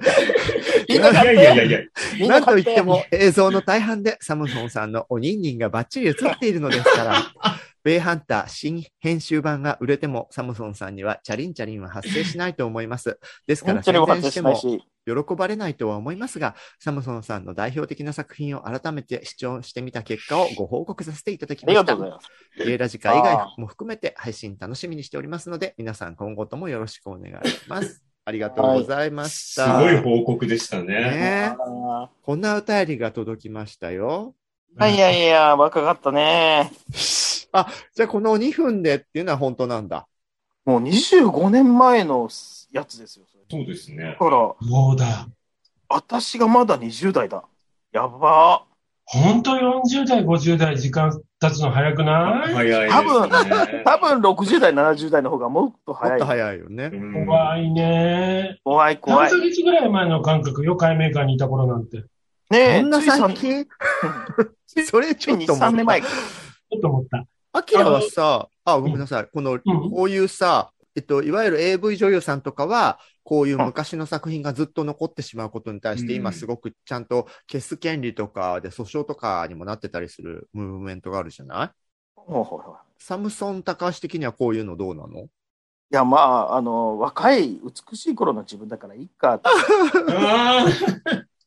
いやいやいやいやい *laughs* みんななんと買いっってても映像の大半でサムソンさんのおにんにんがバッチリ映っているのです *laughs* から、ベイハンター新編集版が売れてもサムソンさんにはチャリンチャリンは発生しないと思います。ですからチャリ宣も発生伝してしないもし。喜ばれないとは思いますが、サムソンさんの代表的な作品を改めて視聴してみた結果をご報告させていただきあまりがしとうたご。ざいます。ゲイラジカ以外も含めて配信楽しみにしておりますので、皆さん今後ともよろしくお願いし *laughs* ます。ありがとうございまや。しすた。ごい報告でしたね。ねえあこんなお便りが届きましたよ。ーいやいや、バカかったね。じゃあこの2分でっていうのは本当なんだ。もう25年前のやつですよ。それそうですねだ。から、もうだ。私がまだ20代だ。やば本当40代、50代、時間経つの早くない早いですね。多分多分60代、70代の方がもっとも早っいと。早いよね。うん怖いね。怖い怖何い。ヶ月ぐらい前の感覚よ、解明館にいた頃なんて。ちねこえ、んなついさんつい先 *laughs* それちょっ2、と3年思っ前た。か。ょっと思った。アキラはさ、あ、ごめんなさい。この、んこういうさ、えっと、いわゆる AV 女優さんとかは、こういう昔の作品がずっと残ってしまうことに対して、うん今すごくちゃんと消す権利とかで訴訟とかにもなってたりするムーブメントがあるじゃないほうほうほうサムソン高橋的にはこういうのどうなのいや、まあ、あの、若い、美しい頃の自分だからいいかって。あ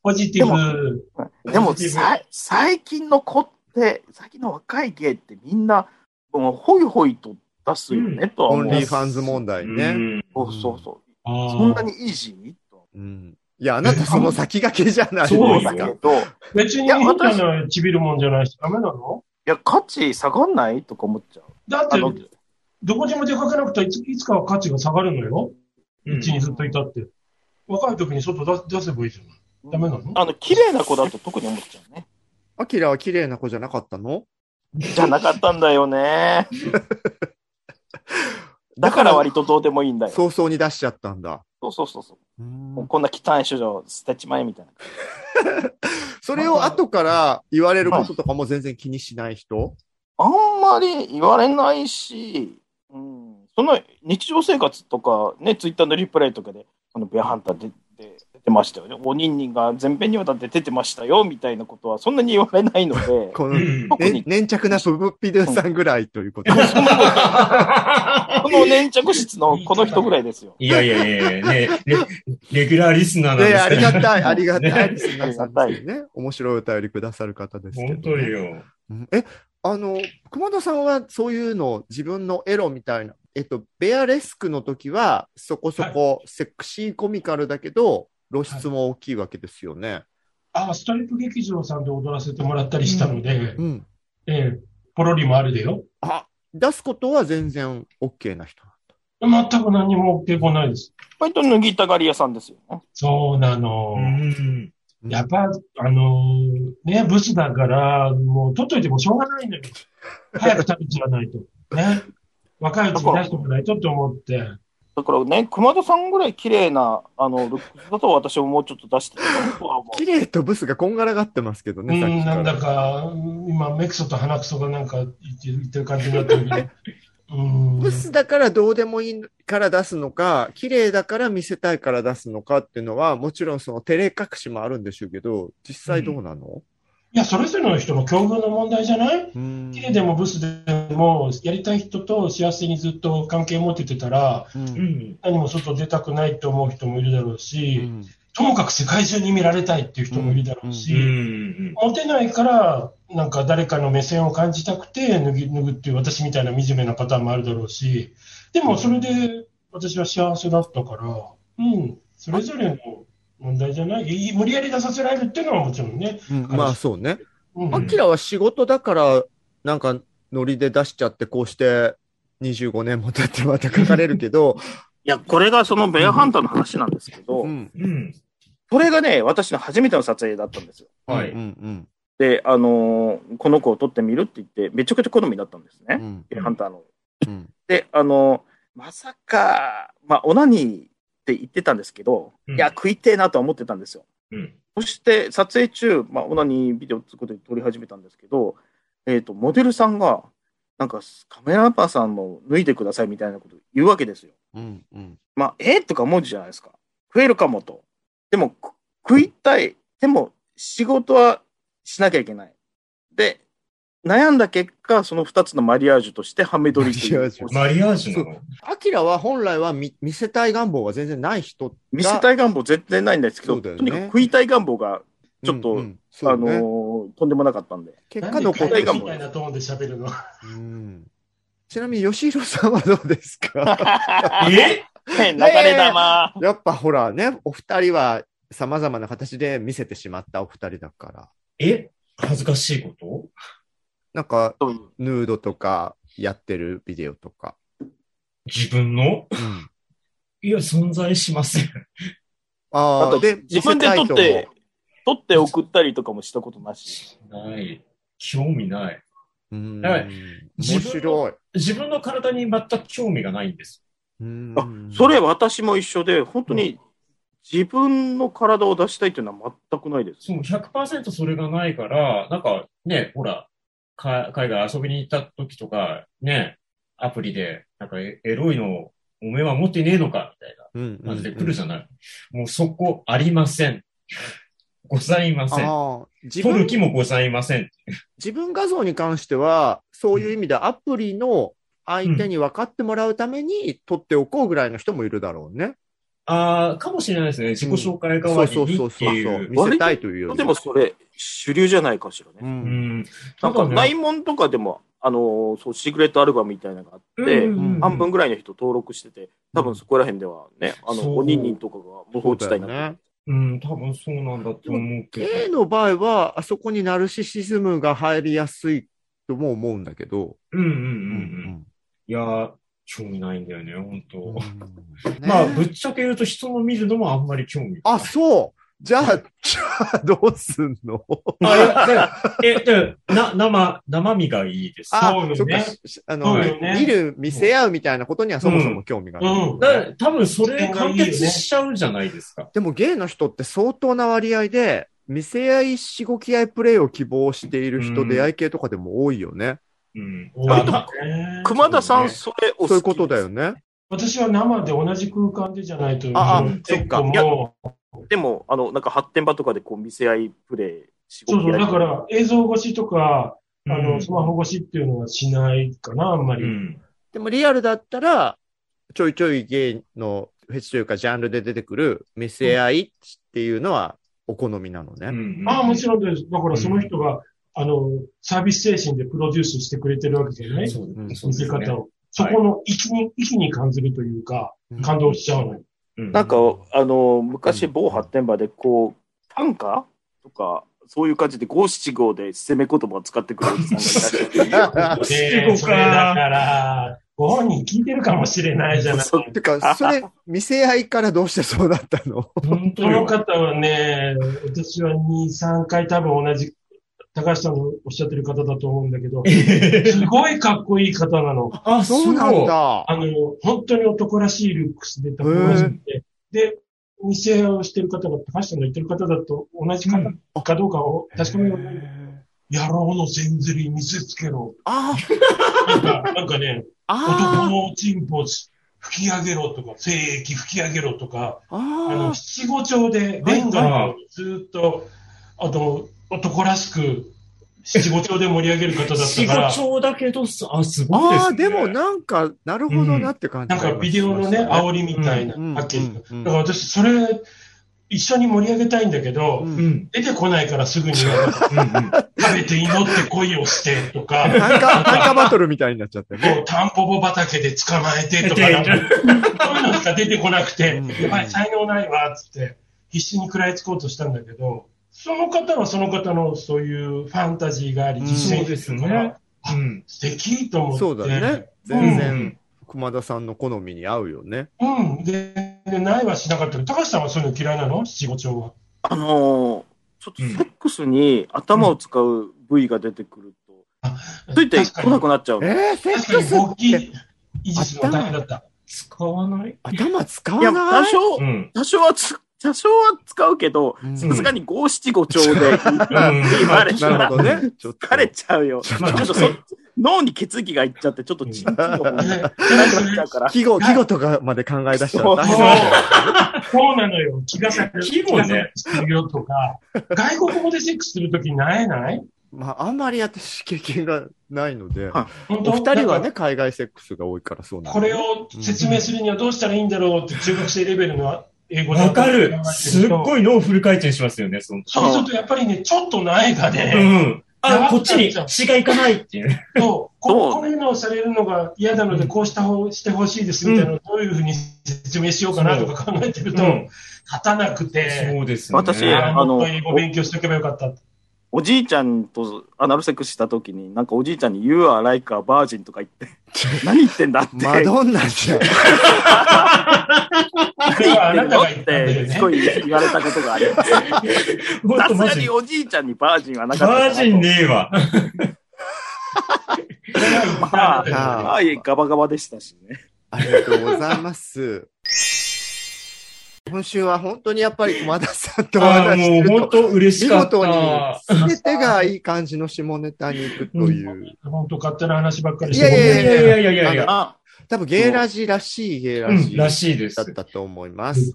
ポジティブ。 *laughs* でもさ、最近の子って、最近の若い芸ってみんな、もうほいほいと出すよね、とはオ思ンう。リーファンズ問題ーね。うんそうそうそう。あそんなーにイージーにとうん。いや、あなたその先駆けじゃないそう思ようんだけど、い別にいや変私なのちびるもんじゃないし、ダメなのや、価値下がんないとか思っちゃう。だっあて、の、どこにも出かけなくていついつかは価値が下がるのよ。うんうちにずっといたって。若い時に外出出せばいいじゃない。ダメなのあの、綺麗な子だと特に思っちゃうね。アキラは綺麗な子じゃなかったのじゃなかったんだよ *laughs* ね。だから割とどうでもいいんだよ。早々に出しちゃったんだ。そうそうそうそうう。もうんこんな汚い処女を捨てちまえみたいな。それを後から言われることとかも全然気にしない人、あんまり言われないし、うん、その日常生活とか、ね、ツイッターのリプレイとかで、あのベアハンター出て出てましたよね。おにんにんが全編にわたって出てましたよ、みたいなことはそんなに言われないの *laughs* でこうの、ん特ねに、粘着なプブッピドゥさんぐらいということ。この粘着質のこの人ぐらいですよ。いやいやいやいや、ね、レレギュラーリスナーなんね、ですあかりらがたい、ありがたい。リスナーさんありですね。面白いお便りくださる方ですけど、ね。本当によ。うんえ、あの、熊田さんはそういうのを自分のエロみたいな、えっと、ベアレスクの時はそこそこセクシーコミカルだけど、露出も大きいわけですよね。あーストリップ劇場さんで踊らせてもらったりしたので、うん。ええポロリもあるでよ。あ、出すことは全然 OK な人。全く何も抵抗ないです。割と脱ぎたがり屋さんですよね。そうなの。うん。やっぱ、あのーね、ブスだから、もう取っといてもしょうがな *laughs* いのよ。早く食べちゃわないと。ね。若いうちに出しておかないとって思って。だからね、熊田さんぐらい綺麗な、あの、ルックスだと私ももうちょっと出してたとは思 *laughs* う綺麗とブスがこんがらがってますけどうね、さっん、きかなら。んだか、今、目くそと鼻くそがなんか言って言ってる感じになってるけ *laughs* ど。うん。ブスだからどうでもいいから出すのか、綺麗だから見せたいから出すのかっていうのは、もちろんその照れ隠しもあるんでしょうけど、実際どうなの、いや、それぞれの人の境遇の問題じゃないうん綺麗でもブスでも、やりたい人と幸せにずっと関係持っててたら、ううんん。何も外出たくないと思う人もいるだろううし、んともかく世界中に見られたいっていう人もいるだろうし、うんうん。モテないから、なんか誰かの目線を感じたくて脱ぎ脱ぐっていう私みたいな惨めなパターンもあるだろうし、でもそれで私は幸せだったから、うん、それぞれの問題じゃない、いい無理やり出させられるっていうのはもちろんね。うんまあそうね。うんアキラは仕事だから、なんか、ノリで出しちゃって、こうして、25年も経ってまた書かれるけど、いや、これがそのベアハンターの話なんですけど、うん。うん。これがね、私の初めての撮影だったんですよ。はうい。んで、あのーこの子を撮ってみるって言って、めちゃくちゃ好みだったんですうね。ん。ベアハンターの。うん。で、あのーまさか、まあ、オナニって言ってたんですけど、うんいや、食いてえなとは思ってたんですよ。うん。そして、撮影中、まあ、オナニービデオ作って撮り始めたんですけど、えっ、と、モデルさんが、なんか、カメラマンさんも脱いでくださいみたいなこと言うわけですよ。うんうん。まあ、えーとか思うじゃないですか。食えるかもと。でも、く食いたい。でも、仕事はしなきゃいけない。で、悩んだ結果、その2つのマリアージュとして、ハメ撮りといマリアうージュマリアージュなのアキラは本来は見見せたい願望は全然ない人が見せたい願望全然ないんですけそど、うだよとねにかく食いたい願望が、ちょっとうんうんそうあよのねーとんでもなか *laughs* ったんで。結な果んで残帰っなるんてでみたいなトーンで喋るの。うんちなみに吉弘さんはどうです *laughs* か *laughs* えね流れ玉。やっぱほらね、お二人は様々な形で見せてしまったお二人だから。え恥ずかしいことなんか、というヌードとかやってるビデオとか。自分のうんいや、存在しません。あああ、とで、自分で撮っ見せたいてと、撮って送ったりとかもしたことなし。ない。興味ない。思う。だからうん自面分白い。自分の体に全く興味がないんです。うんそれ私も一緒で、本当に自分の体を出したいというのは全くないです。そう、100%それがないから、なんかね、ほら、か海外遊びに行った時とか、ね、アプリで、なんかエエロいのをおめえは持ってねえのか、みたいなうん感じで来るじゃない。もうそこありません。ございません。ああ自取る分気もございません。自分画像に関しては、そういう意味でアプリの相手に分かってもらうために撮っておこうぐらいの人もいるだろうね。ああ、かもしれないですね。自己紹介代わりにっていう。見せたいというよりでもそれ、主流じゃないかしらうね。うんん。なんかな内い門とかでも、あのーそう、シークレットアルバムみたいなのがあって、うん半分ぐらいの人登録してて、多分そこら辺ではね、あその、うおにんにんとかが無法地帯になってうん、多分そうなんだと思うけど。 A の場合は、あそこにナルシシズムが入りやすいとも思うんだけど。うんうんうんううん。いやー、興味ないんだよね、本当。うんまあ、ねぶっちゃけ言うと人の見るのもあんまり興味あ、そう。じゃあ、じゃあ、どうすんのあいやだからえ、だからな、生、生身がいいです。あそうよ、ねそっか、しあの、そうよね見る、見せ合うみたいなことにはそもそも興味がない。うん。だから多分それ完結しちゃうじゃないですか。でもゲイの人って相当な割合で、見せ合い、しごき合いプレイを希望している人、うん出会い系とかでも多いよね。うん。あとあね熊田さん、それお好きそういうことだよね。私は生で同じ空間でじゃないと、ああそっ結か構もう、でも、あの、なんか発展場とかでこう見せ合いプレイ、仕そうそう、やりだから映像越しとか、あうの、んスマホ越しっていうのはしないかな、あんうまり。ん。でもリアルだったら、ちょいちょいゲイのフェチというかジャンルで出てくる見せ合いっていうのはお好みなのね。ああ、もちろろんです。だからその人が、あの、サービス精神でプロデュースしてくれてるわけじゃないそううんそう見でせすね方を。そこの息に、息に感じるというか、感動しちゃうのよ。うんなんか、あの、昔某発展場で、こう、短歌とか、そういう感じで五七五で攻め言葉を使ってくるおじさんがいらっしゃって、 *laughs* 七五それだか。から、ご本人聞いてるかもしれないじゃない。そそ *laughs* てか、それ、見せ合いからどうしてそうだったの本当のよ。方はね、私は2、3回多分同じ、高橋さんのおっしゃってる方だと思うんだけど、すごいかっこいい方なの。 *laughs* あ、そうなんだ。あの、本当に男らしいルックスで、たぶん同じで、で、店をしてる方が、高橋さんの言ってる方だと同じ方かどうかを確かめようと思って。野郎の全ずり見せつけろ。あなん *laughs* か、なんかね、男あのチンポ吹き上げろとか、精液吹き上げろとか、あああの、七五調で、レンガのずっと、あの、男らしく、七五調で盛り上げる方だった仕から、事だけど、あ、すごいであすあ、ね。でもなんか、なるほどなって感じなんかビデオのね、煽りみたいなうんパッケージうんうんだから私、それ、一緒に盛り上げたいんだけど、うんうん。出てこないからすぐに言われたうんうん。食べて祈って恋をして *laughs* とか、単価、単価バトルみたいになっちゃってね。もうタンポポ畑で捕まえてとか、えなんてかそういうのしか出てこなくてうん、やばい、才能ないわ、つって、必死に食らいつこうとしたんだけど、その方はその方のそういうファンタジーがあり、うん実践してるから、そううん。素敵と思って。そうだね。全う然ん、熊田さんの好みに合うよね。うん。で、でないはしなかったけど、高橋さんはそういうの嫌いなの七五調は。あのーちょっとセックスに頭を使う部位が出てくると、ついてこなくなっちゃう。えー、セッ確かクにスっ大きいて、維持するの大変だった。使わない頭使いや、わな多い少、 *laughs* うん。多少はつ、多少は使うけど、うんさすがに五七五調で、うんバレちゃなるうほどね。ちょっと疲れちゃうよ。まあちょっとそ脳に血液がいっちゃって、ちょっとちんちんの方 *laughs* が痛くなっちゃうから。季語、季語とかまで考え出したら大そ変うだよそうなのよ。気がさ、季語ね。失業とか、外国語でセックスするときになえないまあ、あんまり私経験がないので、はい本お当二人はなんね、か海外セックスが多いからそうなんこれを説明するにはどうしたらいいんだろうって中学生レベルの英語でわかる。すっい。ごい脳フル回転しますよね、その時。そうするとやっぱりね、ちょっと苗がうね、ん。あ、こっちに血がいかないっていう。そうどうここういうのをされるのが嫌なので、こうした方してほしいですみたいなのをどういうふうに説明しようかなとか考えてると、うん立たなくて、そうですね。私ああのもっと英語勉強しておけばよかったって。おじいちゃんとアナルセックスした時に、なんかおじいちゃんに You are like a virgin とか言って、何言ってんだって。マドンナじゃん。あれはあ何言ってんのなたがっ言ったんだよて、ねす。ごい言われたことがあります。ほんさとすマがジに。おじいちゃんにバージンはなかったかなバーと。ジンねえわ。まああ、はい、ガバガバでしたしね。ありがとうございます。今週は本当にやっぱり熊田さんとおあー話 *laughs* しすもうる本と、当嬉し見かっ事にた。全てがいい感じの下ネタに行くという、本当勝手な話ばっかりしいやいいややいいやいやいややいやいやいや。あ多分ゲイラジらしいゲイラうん、ジらしいですだ。ったと思います。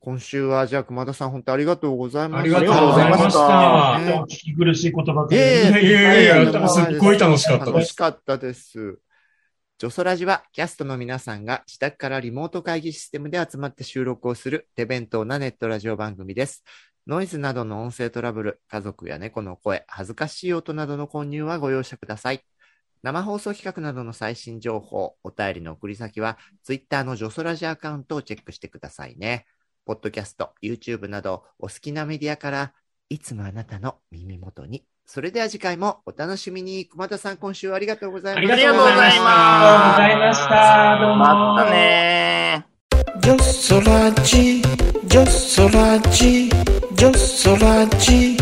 今週はじゃあ熊田さん本当ありがとうございまあしりた。がとうございまあした。り本がとうござい当ま聞き苦しい言葉ばっかいりでえいやいやいやとんでもなすっごい楽しかった楽でしす。かったです。ジョソラジはキャストの皆さんが自宅からリモート会議システムで集まって収録をする手弁当なネットラジオ番組です。ノイズなどの音声トラブル、家族や猫の声、恥ずかしい音などの混入はご容赦ください。生放送企画などの最新情報、お便りの送り先は、ツイッターのジョソラジアカウントをチェックしてくださいね。ポッドキャスト、YouTube など、お好きなメディアから、いつもあなたの耳元に。それでは次回もお楽しみに。熊田さん、今週はありがとうございました。ありがとうございますありがとうございました。どうあ、も。またねー。 Yo soy Raji, yo soy Raji, yo soy Raji,